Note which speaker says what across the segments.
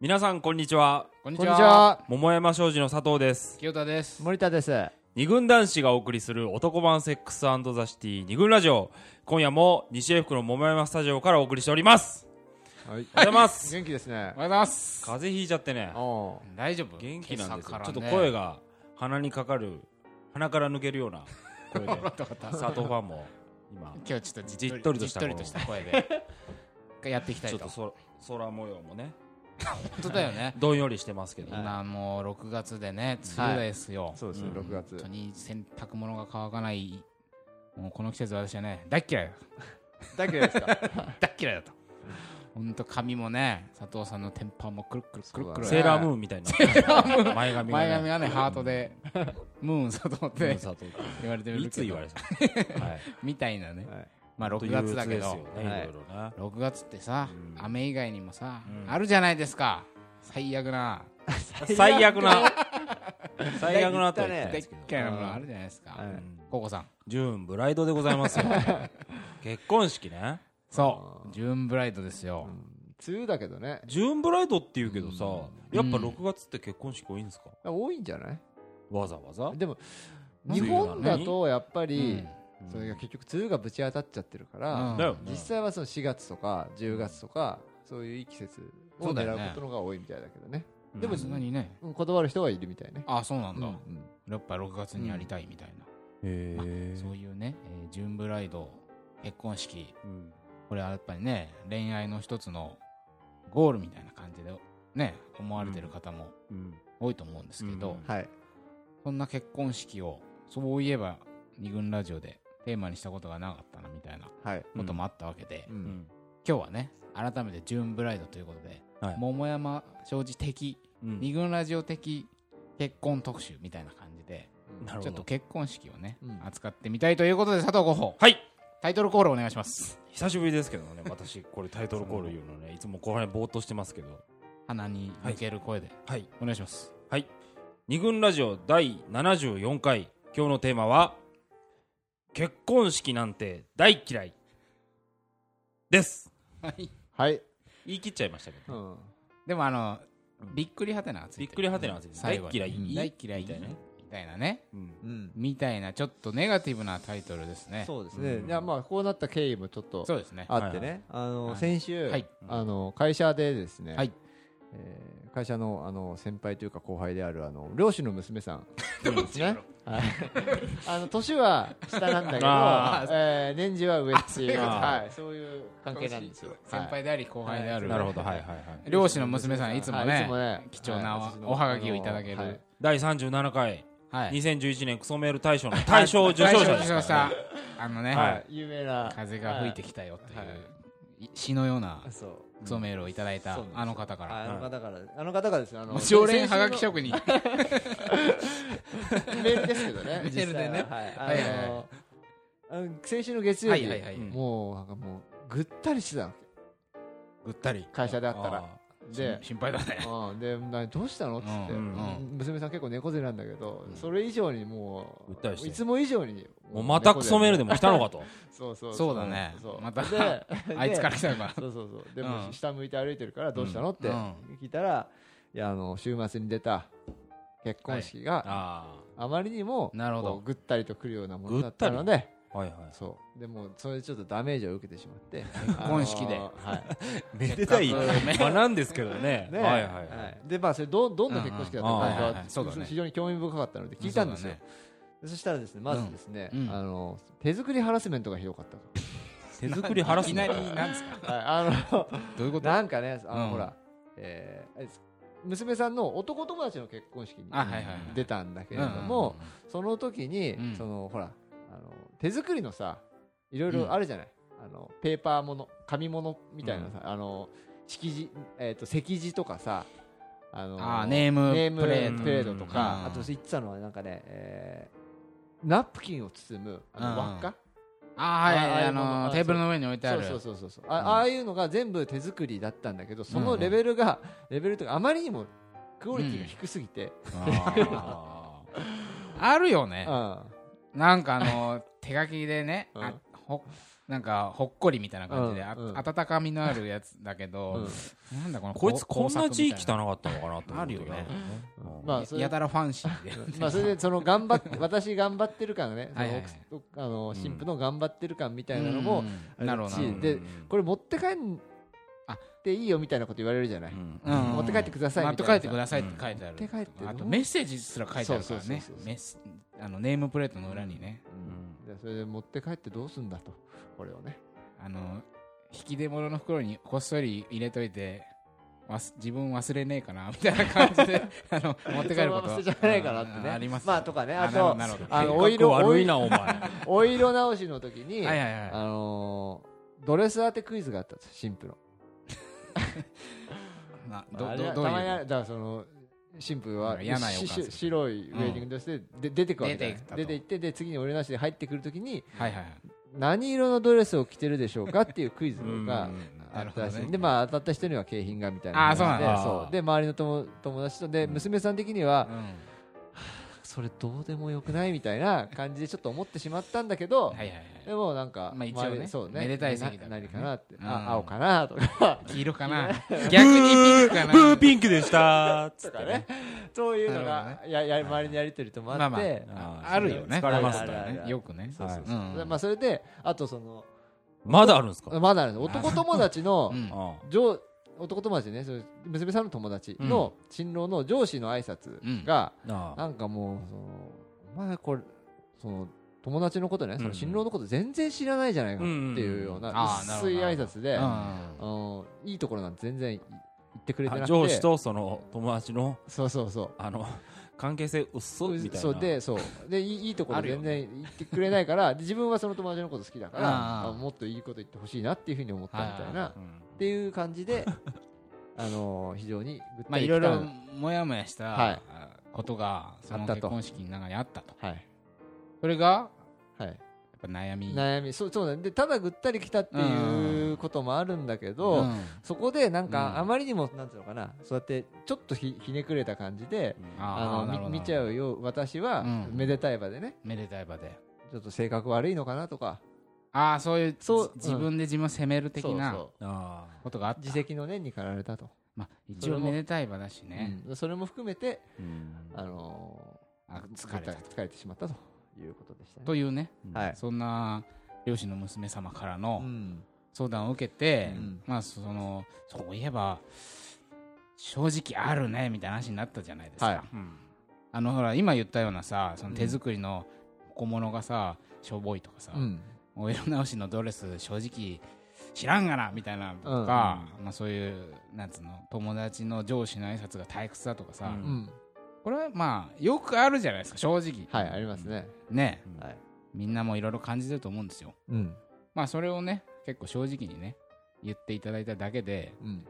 Speaker 1: 皆さんこんにちは
Speaker 2: こん
Speaker 3: こ
Speaker 2: にち
Speaker 3: んに
Speaker 2: は
Speaker 3: ちは。
Speaker 1: 桃山商事の佐藤です
Speaker 2: 清田です
Speaker 3: 森田です。よ
Speaker 1: 二軍男子がお送りする男版セックスザシティ二軍ラジオ今夜も西江福の桃山スタジオからお送りしておりますお
Speaker 3: はい
Speaker 1: はようございます
Speaker 3: 元気ですね
Speaker 2: お。はようございます
Speaker 1: 風邪ひいちゃってね
Speaker 3: おう
Speaker 2: 大丈夫
Speaker 1: 元気なんですよ、ち
Speaker 2: 今
Speaker 1: ょ
Speaker 2: 朝
Speaker 1: っ
Speaker 2: か
Speaker 1: と
Speaker 2: らね
Speaker 1: 声が鼻にかかる鼻から抜けるような 声で
Speaker 2: わかったわか
Speaker 1: 佐
Speaker 2: った
Speaker 1: 藤ファンも今
Speaker 2: 今日ちょっとじっ
Speaker 1: じっとりとし
Speaker 2: じ
Speaker 1: た
Speaker 2: っとりとした声でやっていきたい
Speaker 1: ちょ
Speaker 2: と
Speaker 1: っとそ空模様もね
Speaker 2: 本当だよね
Speaker 1: どんよりしてますけど、
Speaker 2: 今もう6月でね梅雨ですよ、
Speaker 3: そうですね
Speaker 1: う、ん
Speaker 3: 6月
Speaker 2: 本当。に洗濯物が乾かないもうこの季節私はね大っ嫌いだ
Speaker 3: だけですか。
Speaker 2: 大っ嫌いだと本当髪もね佐藤さんのテンパーもくるくるくるくる
Speaker 3: そ
Speaker 1: セ
Speaker 3: うだね
Speaker 1: ーラームーンみたいな前髪が、ね、
Speaker 2: 前髪がねハー トでムーン佐藤っ
Speaker 1: ムーン
Speaker 2: て
Speaker 1: 佐藤
Speaker 2: 言われてるけど
Speaker 1: いつ言われた の、はい、
Speaker 2: みたいなね
Speaker 3: はい
Speaker 2: まあ6月だけど
Speaker 1: というやつですよね
Speaker 3: はい
Speaker 1: いろいろな
Speaker 2: 6月ってさ、
Speaker 1: うん
Speaker 2: 雨以外にもさ、
Speaker 1: うん
Speaker 2: あるじゃないですか最悪な
Speaker 1: 最悪な最悪なとは言
Speaker 3: 言
Speaker 1: っない
Speaker 2: で
Speaker 3: ってた
Speaker 2: っ
Speaker 1: ですけ
Speaker 2: か
Speaker 1: ど
Speaker 2: いなものあるじゃないですか、
Speaker 3: は
Speaker 1: う
Speaker 3: い
Speaker 1: ん
Speaker 2: ココさん
Speaker 1: ジューンブライドでございますよ結婚式ね
Speaker 2: そうジューンブライドですよ、
Speaker 3: 梅雨だけどね。
Speaker 1: ジューンブライドっていうけどさ
Speaker 2: ん
Speaker 1: やっぱ6月って結婚式多いんですか
Speaker 3: 多いんじゃない
Speaker 1: わざわざ
Speaker 3: でも、
Speaker 2: 梅
Speaker 3: 日
Speaker 2: 雨なの
Speaker 3: 本
Speaker 2: に
Speaker 3: だとやっぱ
Speaker 2: う
Speaker 3: り
Speaker 2: ん、
Speaker 3: それが結局梅雨がぶち当たっちゃってるから、
Speaker 1: だよね
Speaker 3: 実際はその4月とか10月とか、そういういい季節を狙うことの方が多いみたいだけどね。
Speaker 1: うん
Speaker 3: でも
Speaker 2: さすがにね
Speaker 3: うんこだわる人はいるみたいね。
Speaker 2: あそうなんだ、
Speaker 3: うん
Speaker 2: やっぱ6月にやりたいみたいな、
Speaker 1: へえ
Speaker 2: そういうね、えージューンブライド結婚式これはやっぱりね恋愛の一つのゴールみたいな感じでね思われてる方も多いと思うんですけど、
Speaker 1: うん
Speaker 3: はい。
Speaker 2: そんな結婚式をそういえば二軍ラジオでテーマにしたことがなかったなみたいな
Speaker 3: はい。
Speaker 2: こともあったわけで、
Speaker 3: うん
Speaker 2: 今日はね改めてジューンブライドということで、
Speaker 1: はい
Speaker 2: 桃山庄司的、二軍ラジオ的結婚特集みたいな感じで
Speaker 1: なる
Speaker 2: ち
Speaker 1: ほ
Speaker 2: ょっと
Speaker 1: ど
Speaker 2: 結婚式をね、
Speaker 3: うん
Speaker 2: 扱ってみたいということで佐藤候補
Speaker 1: はい
Speaker 2: タイトルコールお願いします
Speaker 1: 久しぶりですけどね私これタイトルコール言うのねいつも後輩ぼーっとしてますけど
Speaker 2: 鼻に抜ける声で、
Speaker 1: はい
Speaker 2: お願いします
Speaker 1: はい二軍ラジオ第74回今日のテーマは「結婚式なんて大嫌い」です
Speaker 2: はい
Speaker 3: はい。
Speaker 1: 言い切っちゃいましたけど
Speaker 3: うん
Speaker 2: でもあの
Speaker 1: うん
Speaker 2: びっくりはてながついて
Speaker 1: び
Speaker 2: る
Speaker 1: っくりはてながついてる
Speaker 2: 最後に
Speaker 1: 大嫌い
Speaker 2: うん大嫌い
Speaker 1: みたいなね
Speaker 2: みたいなね
Speaker 3: うん。
Speaker 2: みたいなちょっとネガティブなタイトルですね。
Speaker 3: そうですね。
Speaker 1: うん
Speaker 3: いや、まあ、こうなった経緯もちょっと
Speaker 2: そうですね。
Speaker 3: あって
Speaker 1: はいは
Speaker 3: ね、あ
Speaker 2: は
Speaker 3: の
Speaker 2: い
Speaker 3: 先週、
Speaker 2: はい
Speaker 3: あの会社でですね、
Speaker 2: はい
Speaker 3: えー会社のあの先輩というか後輩であるあの漁師の娘 さんですね。はい あの年は下な んだけど
Speaker 1: あ、
Speaker 3: えー年次は上っていう、
Speaker 1: あそういうこと
Speaker 3: はい、そういう関係なんですよ。
Speaker 2: 先輩であり後輩であ
Speaker 1: う
Speaker 2: る。
Speaker 1: んなるほどはいはいはい
Speaker 2: 漁師の娘さんいつもね
Speaker 3: はいいつもね
Speaker 2: 貴重なお
Speaker 3: い私の
Speaker 2: おはがきをいただける
Speaker 3: あのはい
Speaker 1: 第37回
Speaker 2: はい。
Speaker 1: 2011年クソメール大賞の大賞受賞者
Speaker 2: 大
Speaker 1: で
Speaker 2: 受
Speaker 1: す
Speaker 2: 賞
Speaker 1: か
Speaker 2: した。あのね、
Speaker 3: はい有名な
Speaker 2: 風が吹いてきたよという、
Speaker 3: はい
Speaker 2: い詩のような
Speaker 3: はいそう
Speaker 2: クソメールをいただいた
Speaker 3: そうなんですよ
Speaker 2: あの方から。
Speaker 3: あの方からあの方がですねあの
Speaker 2: 常連はがき職人。
Speaker 3: 先週のメールですけど ね
Speaker 2: メールでね
Speaker 3: 実際は
Speaker 2: は
Speaker 3: はいい
Speaker 2: はいはい
Speaker 3: あのあの先週の月曜
Speaker 2: は
Speaker 3: 日
Speaker 2: いはいはい。
Speaker 1: うん
Speaker 3: もうなんかもうぐったりしてたの
Speaker 2: ぐったり。
Speaker 3: 会社であったら
Speaker 1: あ
Speaker 3: で
Speaker 2: し心配だね。
Speaker 3: うんでなどうしたのっつって、
Speaker 2: うん
Speaker 3: うん娘さん結構猫背なんだけど、
Speaker 2: うん
Speaker 3: それ以上にも
Speaker 1: ぐったりし
Speaker 3: う
Speaker 1: て
Speaker 3: いつも以上に
Speaker 1: ーもうまたクソメールで
Speaker 3: も
Speaker 1: もしたのかと
Speaker 3: うそうそう
Speaker 2: そうだね
Speaker 3: そう
Speaker 2: また
Speaker 3: で
Speaker 2: あいつから来たのか
Speaker 3: そうそうそうで
Speaker 2: うん
Speaker 3: も下向いて歩いてるからどうしたのって
Speaker 2: うん
Speaker 3: 聞いたら、いやあの週末に出た結婚式が
Speaker 1: あ
Speaker 3: あまりにも
Speaker 2: なるほど
Speaker 3: こうぐったりとくるようなものだったので
Speaker 1: あはいはい
Speaker 3: そうでもうそれでちょっとダメージを受けてしまっ て
Speaker 2: 結婚式で
Speaker 3: あのーはい
Speaker 1: めでたい
Speaker 2: せっかくね
Speaker 1: まあなんですけどね
Speaker 3: ね
Speaker 1: はいはい
Speaker 3: は
Speaker 1: はい
Speaker 3: いでまあそれどどんな結婚式だったのか
Speaker 1: うんうんあー
Speaker 3: は
Speaker 2: はいはいそうだね
Speaker 3: 非常に興味深かったので聞いたんですよ
Speaker 2: そうだね
Speaker 3: でそしたらですねまずですね、
Speaker 2: うんうん
Speaker 3: あの手作りハラスメントがひどかっ たと
Speaker 1: 手作りハラス
Speaker 2: いき
Speaker 1: メ
Speaker 2: な
Speaker 1: ン
Speaker 2: り
Speaker 1: ト
Speaker 2: なんですか。
Speaker 3: はいあの
Speaker 2: どういうこと。
Speaker 3: なんかねあの、
Speaker 2: うん
Speaker 3: ほら、えーあれです娘さんの男友達の結婚式に
Speaker 2: あはいはいはい
Speaker 3: 出たんだけ
Speaker 2: う
Speaker 3: れど
Speaker 2: んうんうん
Speaker 3: も、その時に、
Speaker 2: うん
Speaker 3: そのほらあの手作りのさいろいろあるじゃない、あのペーパーもの紙物みたいなさ、あの色字、えー、と席字とかさあの
Speaker 2: あーネーム
Speaker 3: ネーム
Speaker 2: プ
Speaker 3: プ
Speaker 2: レ
Speaker 3: レ
Speaker 2: ー
Speaker 3: ー
Speaker 2: ト
Speaker 3: トと
Speaker 2: う
Speaker 3: か、
Speaker 2: ん
Speaker 3: あと言ってたのはなんかね、えーナプキンを包むあの輪っか、
Speaker 2: あーはい、あ
Speaker 3: あーああいうも
Speaker 2: の
Speaker 3: の
Speaker 2: テーブルの上に置いてある。
Speaker 3: そうそうそうそうそうあ,、
Speaker 2: うん
Speaker 3: ああいうのが全部手作りだったんだけどそのレベルが、レベルというかあまりにもクオリティが低すぎて、
Speaker 1: あー
Speaker 2: あるよ
Speaker 3: う
Speaker 2: ね
Speaker 3: ん。
Speaker 2: なんかあの手書きでね、
Speaker 3: うん
Speaker 2: あほなんかほっこりみたいな感じで、あ
Speaker 3: うんうん
Speaker 2: 温かみのあるやつだけど、なんだこの
Speaker 1: こいつこんな字汚か
Speaker 2: たい
Speaker 1: ったのかなと思う時が
Speaker 2: あるよね
Speaker 1: うん
Speaker 3: まあ
Speaker 2: や
Speaker 3: それ
Speaker 2: やたらファンシーで
Speaker 3: まあそれでその頑張 って私頑張ってる感ねその
Speaker 2: はいはいはい
Speaker 3: 奥あの
Speaker 1: ん
Speaker 3: 新婦の頑張ってる感みたいなのも、
Speaker 2: うんなるほどなるほど
Speaker 3: で
Speaker 1: うん
Speaker 3: これ持って帰ん
Speaker 2: あ
Speaker 3: っていいよみたいなこと言われるじゃない、
Speaker 1: うん
Speaker 2: うん
Speaker 3: 持って帰ってください
Speaker 2: 持
Speaker 3: み
Speaker 2: って
Speaker 3: たい
Speaker 2: 帰
Speaker 3: な
Speaker 2: ってくださいって書いてある
Speaker 3: 持って帰って
Speaker 2: あとメッセージすら書いてあるから
Speaker 3: そうそう
Speaker 2: ね
Speaker 3: そうそう
Speaker 2: メッセあのネームプレートの裏にね
Speaker 1: うん
Speaker 3: でそれで持って帰ってどうすんだとこれをね
Speaker 2: あの引き出物の袋にこっそり入れといて忘自分忘れねえかなみたいな感じ であの持って帰ること
Speaker 3: そのまま捨てちゃわないかなってね
Speaker 2: ああります
Speaker 3: まあとかねあ
Speaker 2: なるほど
Speaker 3: と
Speaker 2: なるほど
Speaker 3: あのお
Speaker 1: 性格
Speaker 3: 色
Speaker 1: 悪いなお前
Speaker 3: お色直しの時に、
Speaker 2: はいはいはい
Speaker 3: あのードレス当てクイズがあったんですよ新婦の
Speaker 2: など
Speaker 3: あれ
Speaker 2: ど
Speaker 3: は
Speaker 2: どう
Speaker 3: たまにあ
Speaker 2: い
Speaker 3: る
Speaker 2: う
Speaker 3: だからその新婦は
Speaker 2: 嫌な予感
Speaker 3: し
Speaker 2: する
Speaker 3: し白いウェディングドレスで,、で出てくわけじゃな
Speaker 2: 出
Speaker 3: い
Speaker 2: てきたと
Speaker 3: 出て行ってで次にお色直しで入ってくる時に
Speaker 2: はいはいはい
Speaker 3: 何色のドレスを着てるでしょうかっていうクイズがあ
Speaker 2: なる
Speaker 3: っ
Speaker 2: ほど
Speaker 3: たらしい、
Speaker 2: ね
Speaker 3: でまあ当たった人には景品がみたいな
Speaker 2: あーそうなん
Speaker 3: で
Speaker 1: だ
Speaker 3: そうで周りの友友達とで娘さん的には、
Speaker 2: う
Speaker 3: それどうでもよくないみたいな感じでちょっと思ってしまったんだけど、
Speaker 2: んはいはいは
Speaker 3: でもなんか、
Speaker 2: まあ一応ね
Speaker 3: 周りそうね
Speaker 2: めでたい席だか
Speaker 3: な
Speaker 2: らね
Speaker 3: 何かなって、
Speaker 2: うん
Speaker 3: あ青かなと か
Speaker 2: い黄色かな逆にピンクかな
Speaker 1: ブーピンクでしたっつ
Speaker 3: と
Speaker 1: っ
Speaker 3: か
Speaker 1: て
Speaker 3: ねそういうの
Speaker 2: なる
Speaker 3: が、やや周りのやり取りともあ
Speaker 2: まあ
Speaker 3: っ
Speaker 2: まあ
Speaker 3: て、
Speaker 2: あ
Speaker 1: あー
Speaker 2: あるよね
Speaker 1: 疲れます
Speaker 3: あるあるあ
Speaker 2: ね
Speaker 3: る
Speaker 2: よくね
Speaker 1: そうそう
Speaker 2: う
Speaker 1: そうん
Speaker 3: でまあ、それであとその
Speaker 1: まだあるんですか
Speaker 3: まだあるんです男友達の
Speaker 2: うん
Speaker 1: あ
Speaker 3: 上男友達ねそれ娘さんの友達の新郎の上司の挨拶が、
Speaker 1: ああ
Speaker 3: なんかもうそのお前これその友達のことね、
Speaker 1: ん
Speaker 3: その新郎のこと全然知らないじゃないかっていうよう
Speaker 2: うんあ
Speaker 3: な
Speaker 2: ーなるほ
Speaker 3: 薄
Speaker 2: ど
Speaker 3: い挨拶で、
Speaker 2: うん
Speaker 3: あのいいところなんて全然言ってくれてな
Speaker 1: あ
Speaker 3: くて
Speaker 1: 上司とその友達の
Speaker 3: そうそうそう
Speaker 1: あの関係性うっそみたい
Speaker 3: そう
Speaker 1: な
Speaker 3: でそうでいいいいところ
Speaker 2: あるよ
Speaker 3: 全然言ってくれないから、で自分はその友達のこと好きだから
Speaker 2: ああ
Speaker 3: あもっといいこと言ってほしいなっていうふうに思ったみたい
Speaker 2: はいはいは
Speaker 3: な
Speaker 1: うん
Speaker 3: っていう感 じであの非常にぐった
Speaker 2: まあ
Speaker 3: り
Speaker 2: い
Speaker 3: き
Speaker 2: ろ
Speaker 3: た
Speaker 2: いろもやもやした、
Speaker 3: はい
Speaker 2: ことがそ
Speaker 3: あ
Speaker 2: の
Speaker 3: ったと
Speaker 2: 結婚式の中にあったと
Speaker 3: はい、
Speaker 2: それが
Speaker 3: はい、
Speaker 2: やっぱ悩み
Speaker 3: 悩みそうそうなんでただぐったりきたっていうこともあるんだけど、
Speaker 2: うん
Speaker 3: そこでなん
Speaker 2: うん
Speaker 3: かあまりにもなんていうのかなそうやってちょっとひひねくれた感じであ
Speaker 2: あ
Speaker 3: のみ見ちゃ
Speaker 2: う
Speaker 3: うよ私は
Speaker 2: うん
Speaker 3: めでたい場でね、
Speaker 2: めでたい場で
Speaker 3: ちょっと性格悪いのかなとか
Speaker 2: ああそういう
Speaker 3: そう
Speaker 2: じ自分で自分を責める的
Speaker 3: そう
Speaker 2: な
Speaker 3: そう
Speaker 1: ああ
Speaker 2: ことがあった
Speaker 3: 自責の念に駆られたと、
Speaker 2: まあ一応めでたい場だしね、
Speaker 3: うんそれも含めて、
Speaker 1: うん
Speaker 3: あの
Speaker 2: あ
Speaker 3: ー
Speaker 2: 疲れた
Speaker 3: 疲れてしまったということでしたね。
Speaker 2: というね
Speaker 3: はい
Speaker 2: そんな両親の娘様から
Speaker 3: う
Speaker 2: の
Speaker 3: ん
Speaker 2: 相談を受けて、
Speaker 3: うん
Speaker 2: まあそのそういえば正直あるねみたいな話になったじゃないですか、
Speaker 3: はい
Speaker 1: うん
Speaker 2: あのほら今言ったようなさその手作りの小物がさ、しょぼいとかさ、
Speaker 3: うん
Speaker 2: お色直しのドレス正直知らんがなみたいなとか、まあ、そういうなんつうの友達の上司の挨拶が退屈だとかさ、
Speaker 1: うん
Speaker 3: うん
Speaker 2: これはまあよくあるじゃないですか正直
Speaker 3: はい、ありますね。
Speaker 2: ね
Speaker 1: うん
Speaker 3: はい
Speaker 2: みんなもいろいろ感じてると思うんですよ
Speaker 3: うん
Speaker 2: まあそれをね結構正直にね言っていただいただけで
Speaker 3: うん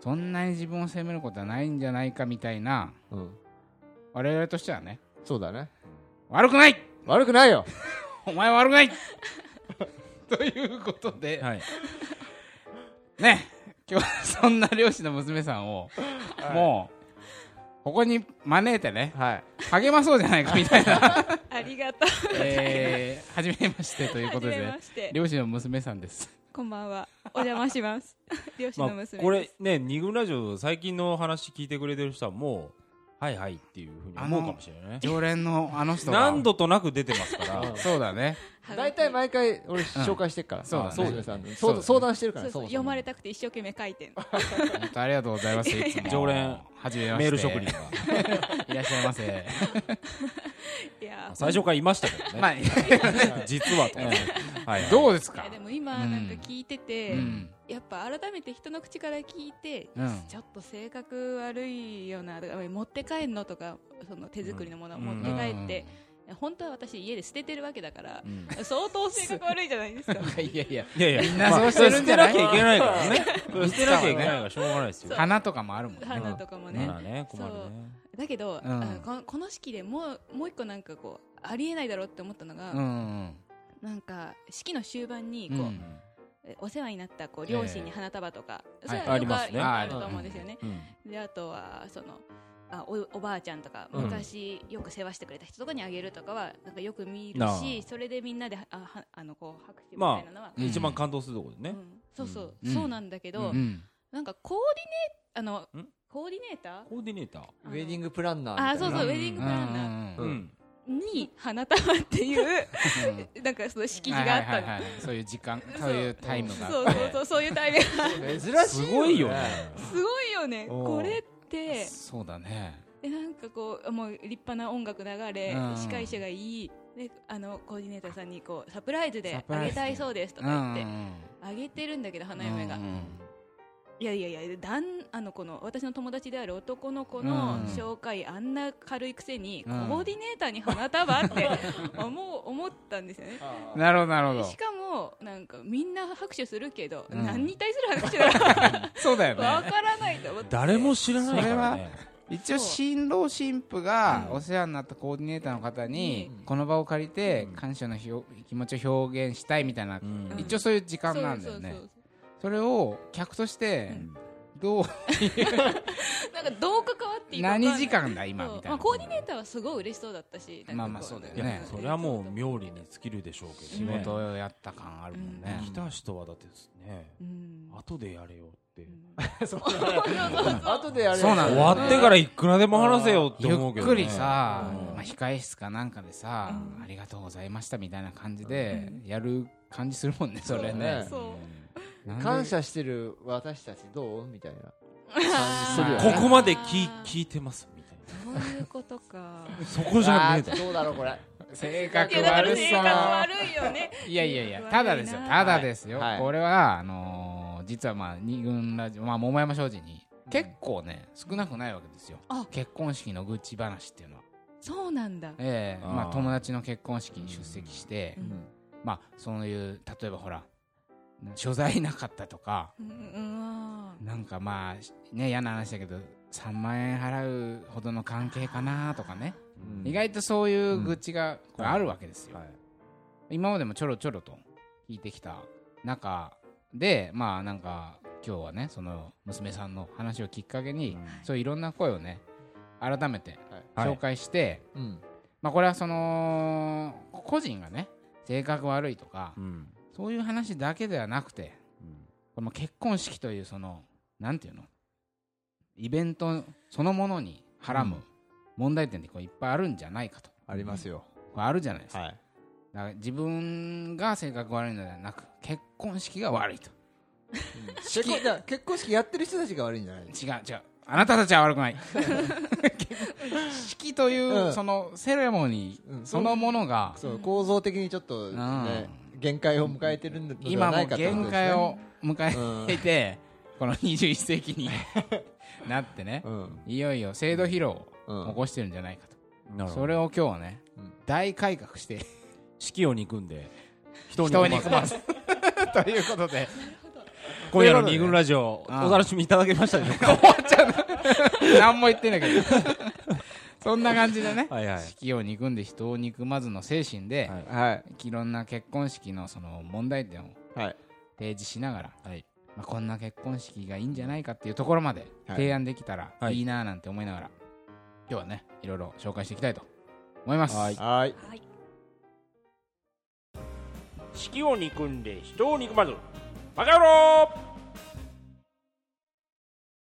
Speaker 2: そんなに自分を責めることはないんじゃないかみたいな
Speaker 3: うん、
Speaker 2: 我々としてはね
Speaker 3: そうだね。
Speaker 2: 悪くない
Speaker 3: 悪くないよ。
Speaker 2: お前は悪くない ということで、
Speaker 1: はい
Speaker 2: ね今日はそんな漁師の娘さんを、もうここに招いてね
Speaker 3: はい。
Speaker 2: 励まそうじゃないかみた いな、
Speaker 4: ありがとう。
Speaker 2: えー、初めましてという
Speaker 4: は
Speaker 2: こ
Speaker 4: じ
Speaker 2: と
Speaker 4: め
Speaker 2: で
Speaker 4: まして。
Speaker 2: 漁師の娘さんです
Speaker 4: こんばんは。お邪魔し ます。漁師
Speaker 1: ま
Speaker 4: の娘で
Speaker 1: あ
Speaker 4: す。
Speaker 1: これね二軍ラジオ最近の話聞いてくれてる人はもうはいはいっていうふうに思うかもしれないね
Speaker 2: 常連のあの人が
Speaker 1: 何度となく出てますから
Speaker 2: そうだね
Speaker 3: 大体毎回俺紹介してっから。
Speaker 2: そうだね
Speaker 3: あ娘さんの
Speaker 2: そうだね
Speaker 3: 相相談してるか
Speaker 4: そう
Speaker 3: ら。
Speaker 4: そう
Speaker 3: も
Speaker 4: 読
Speaker 3: も
Speaker 4: まれたくて一生懸命書いてんの。
Speaker 2: 本当ありがとうご ざいますいつも
Speaker 1: 常連
Speaker 2: 初めまして
Speaker 1: メール職人
Speaker 2: いらっしゃいませ
Speaker 4: いやー、
Speaker 1: 最初からいましたけど
Speaker 2: ま
Speaker 1: ね
Speaker 2: あ
Speaker 1: 実はとかねはいはい
Speaker 2: どうです
Speaker 4: い
Speaker 2: か
Speaker 4: やでも今なんか聞いてて、
Speaker 2: うん
Speaker 4: やっぱ改めて人の口から聞いて、
Speaker 2: うん
Speaker 4: ちょっと性格悪いよなとか持って帰んのとかその手作りのものを持って帰って、本当は私家で捨ててるわけだから、
Speaker 2: うん
Speaker 4: 相当性格悪いじゃないで すか
Speaker 2: うんいやい や
Speaker 1: いやいや、
Speaker 2: みんなそうしてるんじゃない
Speaker 1: まあそれ捨てなきゃいけないからね。それ捨てなきゃいけないからしょうがないですよ。
Speaker 2: 花とかもあるもんね
Speaker 4: 花とかもね、
Speaker 1: まあね、困るね。
Speaker 4: だけど、
Speaker 2: うん
Speaker 4: あのこのこの式でもうもう一個なんかこうありえないだろうって思ったのが、
Speaker 2: うんうん
Speaker 4: なんか式の終盤に
Speaker 2: う
Speaker 4: こう、
Speaker 2: ん
Speaker 4: えお世話になったこう両親に花束とか、
Speaker 2: え
Speaker 4: それ
Speaker 2: はい
Speaker 4: はよく
Speaker 1: ありますね
Speaker 4: よくあると思うんですよね。
Speaker 1: うん
Speaker 4: であとはそのあおおばあちゃんとか
Speaker 3: うん
Speaker 4: 昔よく世話してくれた人とかにあげるとかはなんかよく見る
Speaker 1: なあ
Speaker 4: しそれでみんなであはあのこう拍手みたいなのは、
Speaker 2: うん
Speaker 1: 一番感動するところで
Speaker 4: う
Speaker 1: ね、
Speaker 4: んそうそう、
Speaker 2: うん
Speaker 4: そうなんだけど、
Speaker 1: う
Speaker 2: うん
Speaker 4: なんかコーディネあの
Speaker 1: ん
Speaker 4: コーディネーター
Speaker 1: コーディネーター
Speaker 3: ウェディングプランナーみたいな
Speaker 4: あそうそうウェディングプランナー
Speaker 1: う
Speaker 2: ナ
Speaker 3: うん
Speaker 1: ん
Speaker 4: に花束っていう
Speaker 2: ー
Speaker 4: なんかその式辞があったの、
Speaker 2: はいはいはいはいそういう時 間そういうタイムがあ
Speaker 4: そう
Speaker 2: って
Speaker 4: そうそうそういうタイミング
Speaker 3: 珍しい
Speaker 1: すごいよね
Speaker 4: すごいよね
Speaker 1: おう
Speaker 4: これって
Speaker 2: そうだね
Speaker 4: えなんかこうもう立派な音楽流れ
Speaker 2: うん
Speaker 4: 司会者がいいであのコーディネーターさんにこうサプライズ
Speaker 2: サ
Speaker 4: で
Speaker 2: プラ
Speaker 4: あ
Speaker 2: イズで
Speaker 4: げたいそうですと
Speaker 2: う
Speaker 4: か
Speaker 2: ん
Speaker 4: 言ってあげてるんだけど花嫁が
Speaker 2: うんうん
Speaker 4: いやいやいやだんあのこの私の友達である男の子の
Speaker 2: うん
Speaker 4: 紹介あんな軽いくせに
Speaker 2: う
Speaker 4: コ
Speaker 2: ん
Speaker 4: ーディネーターに花束って 思う思ったんですよね。
Speaker 3: あー
Speaker 2: なるほどなるほど
Speaker 4: しかもなんかみんな拍手するけど、
Speaker 2: うん
Speaker 4: 何に対する拍手だか
Speaker 2: そうだよ
Speaker 4: わ
Speaker 2: ね
Speaker 4: からないと思って
Speaker 1: 誰も知らないからね
Speaker 2: 一応
Speaker 4: そう
Speaker 2: 新郎新婦がお世話になったコーディネーターの方に
Speaker 3: うん
Speaker 2: この場を借りて
Speaker 1: うん
Speaker 2: 感謝のひょ気持ちを表現したいみたいな
Speaker 1: うん
Speaker 4: うん
Speaker 2: 一応そういう時間
Speaker 4: そう
Speaker 2: なんだよね
Speaker 4: そう
Speaker 2: それを客として
Speaker 1: うん
Speaker 2: どう
Speaker 4: そうなんかどう関わっていいかわかんない
Speaker 2: 何時間だ今
Speaker 4: そう
Speaker 2: みたい
Speaker 4: ま
Speaker 2: な
Speaker 4: あ、コーディネーターはすごい嬉しそうだったしなんかこ
Speaker 2: まあまあそうだよ
Speaker 1: いや
Speaker 2: ね
Speaker 1: それはもう妙利に尽きるでしょうけ
Speaker 2: 仕
Speaker 1: どね
Speaker 2: 事をやった感あるもんね
Speaker 1: 来た人はだってですね
Speaker 4: うん
Speaker 1: 後でやれよって
Speaker 3: そう後でやれ
Speaker 2: そうな
Speaker 1: 終
Speaker 2: んだ
Speaker 1: わってからいくらでも話せよって
Speaker 2: ゆ
Speaker 1: 思うけ
Speaker 2: っ
Speaker 1: どね
Speaker 2: くりさ、
Speaker 1: うん
Speaker 2: まあ、控え室かなんかでさ、ありがとうございましたみたいな感じでやる感じするもんね、それね。
Speaker 4: そう
Speaker 2: なんで
Speaker 3: 感謝してる私たちどうみ たいな
Speaker 2: するよ
Speaker 1: こ
Speaker 2: ね
Speaker 1: こまで聞い聞いてますみたいな
Speaker 4: そういうことか
Speaker 1: そこじゃ
Speaker 3: あ
Speaker 1: ねえだ
Speaker 3: ーどうだろうこれ
Speaker 2: 性
Speaker 4: いやだ
Speaker 2: 格
Speaker 4: から
Speaker 2: 悪
Speaker 4: 性格
Speaker 2: さ。
Speaker 4: 悪いよね
Speaker 2: いやいやいや
Speaker 4: 性、格悪いな
Speaker 2: ただですよ、ただですよ。
Speaker 3: はい
Speaker 2: これは、あのー実はまあ、二軍ラジオ、まあ、桃山商事に、結構ね、少なくないわけですよ
Speaker 4: あ。
Speaker 2: 結婚式の愚痴話っていうのは。
Speaker 4: そうなんだ
Speaker 2: ええ
Speaker 1: あー
Speaker 2: まあ、友達の結婚式に出席して、
Speaker 4: うん
Speaker 2: まあ、そういう、例えばほら、所在なかったとか、
Speaker 4: うんうんあ
Speaker 2: なんかまあね嫌な話だけど3万円払うほどの関係かなとかね、
Speaker 3: うん
Speaker 2: 意外とそういう愚痴がこれあるわけですよ、
Speaker 1: はい
Speaker 2: 今までもちょろちょろと聞いてきた中でまあなんか今日はねその娘さんの話をきっかけに、そういういろんな声をね改めて
Speaker 1: はい
Speaker 2: 紹介して、
Speaker 3: うん
Speaker 2: まあこれはその個人がね性格悪いとか、
Speaker 1: うん
Speaker 2: そういう話だけではなくて
Speaker 1: うん
Speaker 2: この結婚式というそのなんていうのイベントそのものにはらむ問題点ってこういっぱいあるんじゃないかと
Speaker 3: ありますよ
Speaker 2: これあるじゃないですか,、
Speaker 3: はい
Speaker 2: だから自分が性格悪いのではなく結婚式が悪いと
Speaker 3: 結婚だ結婚式やってる人たちが悪いんじゃない
Speaker 2: 違う違うあなたたちは悪く ない式という、
Speaker 3: うん
Speaker 2: そのセレモニ
Speaker 3: う
Speaker 2: ー
Speaker 3: ん
Speaker 2: そのものが
Speaker 3: そう構造的にちょっとね限界を迎えてるんで
Speaker 2: 今
Speaker 3: はな
Speaker 2: も
Speaker 3: いかってこと
Speaker 2: 限
Speaker 3: ですね
Speaker 2: 界を
Speaker 3: う
Speaker 2: 迎
Speaker 3: ん
Speaker 2: えていて、この21世紀になってね、
Speaker 3: うん
Speaker 2: いよいよ制度疲労
Speaker 3: う
Speaker 2: を
Speaker 3: ん
Speaker 2: 起こしてるんじゃないかと。
Speaker 1: なるほど
Speaker 2: それを今日はね、
Speaker 3: うん
Speaker 2: 大改革して
Speaker 1: 式を憎んで人
Speaker 2: 人に
Speaker 1: 憎
Speaker 2: 行き
Speaker 1: ま
Speaker 2: ま
Speaker 1: ず
Speaker 2: す ということで
Speaker 1: 今夜の二軍ラジオお
Speaker 2: ああ
Speaker 1: 楽しみいただけましたでしょうか
Speaker 2: 何も言ってないけど そんな感じでね
Speaker 1: はいはい
Speaker 2: 式を憎んで人を憎まずの精神で、
Speaker 1: はい
Speaker 3: はい
Speaker 2: い、ろんな結婚式のその問題点を
Speaker 3: はい
Speaker 2: 提示しながら、
Speaker 1: はい
Speaker 2: まあ、こんな結婚式がいいんじゃないかっていうところまで
Speaker 3: はい
Speaker 2: 提案できたら
Speaker 1: はい
Speaker 2: いいなーなんて思いながら、今日はねいろいろ紹介していきたいと思います、
Speaker 1: はい
Speaker 3: はい
Speaker 4: ーはい
Speaker 1: 式を憎んで人を憎まずバカ野郎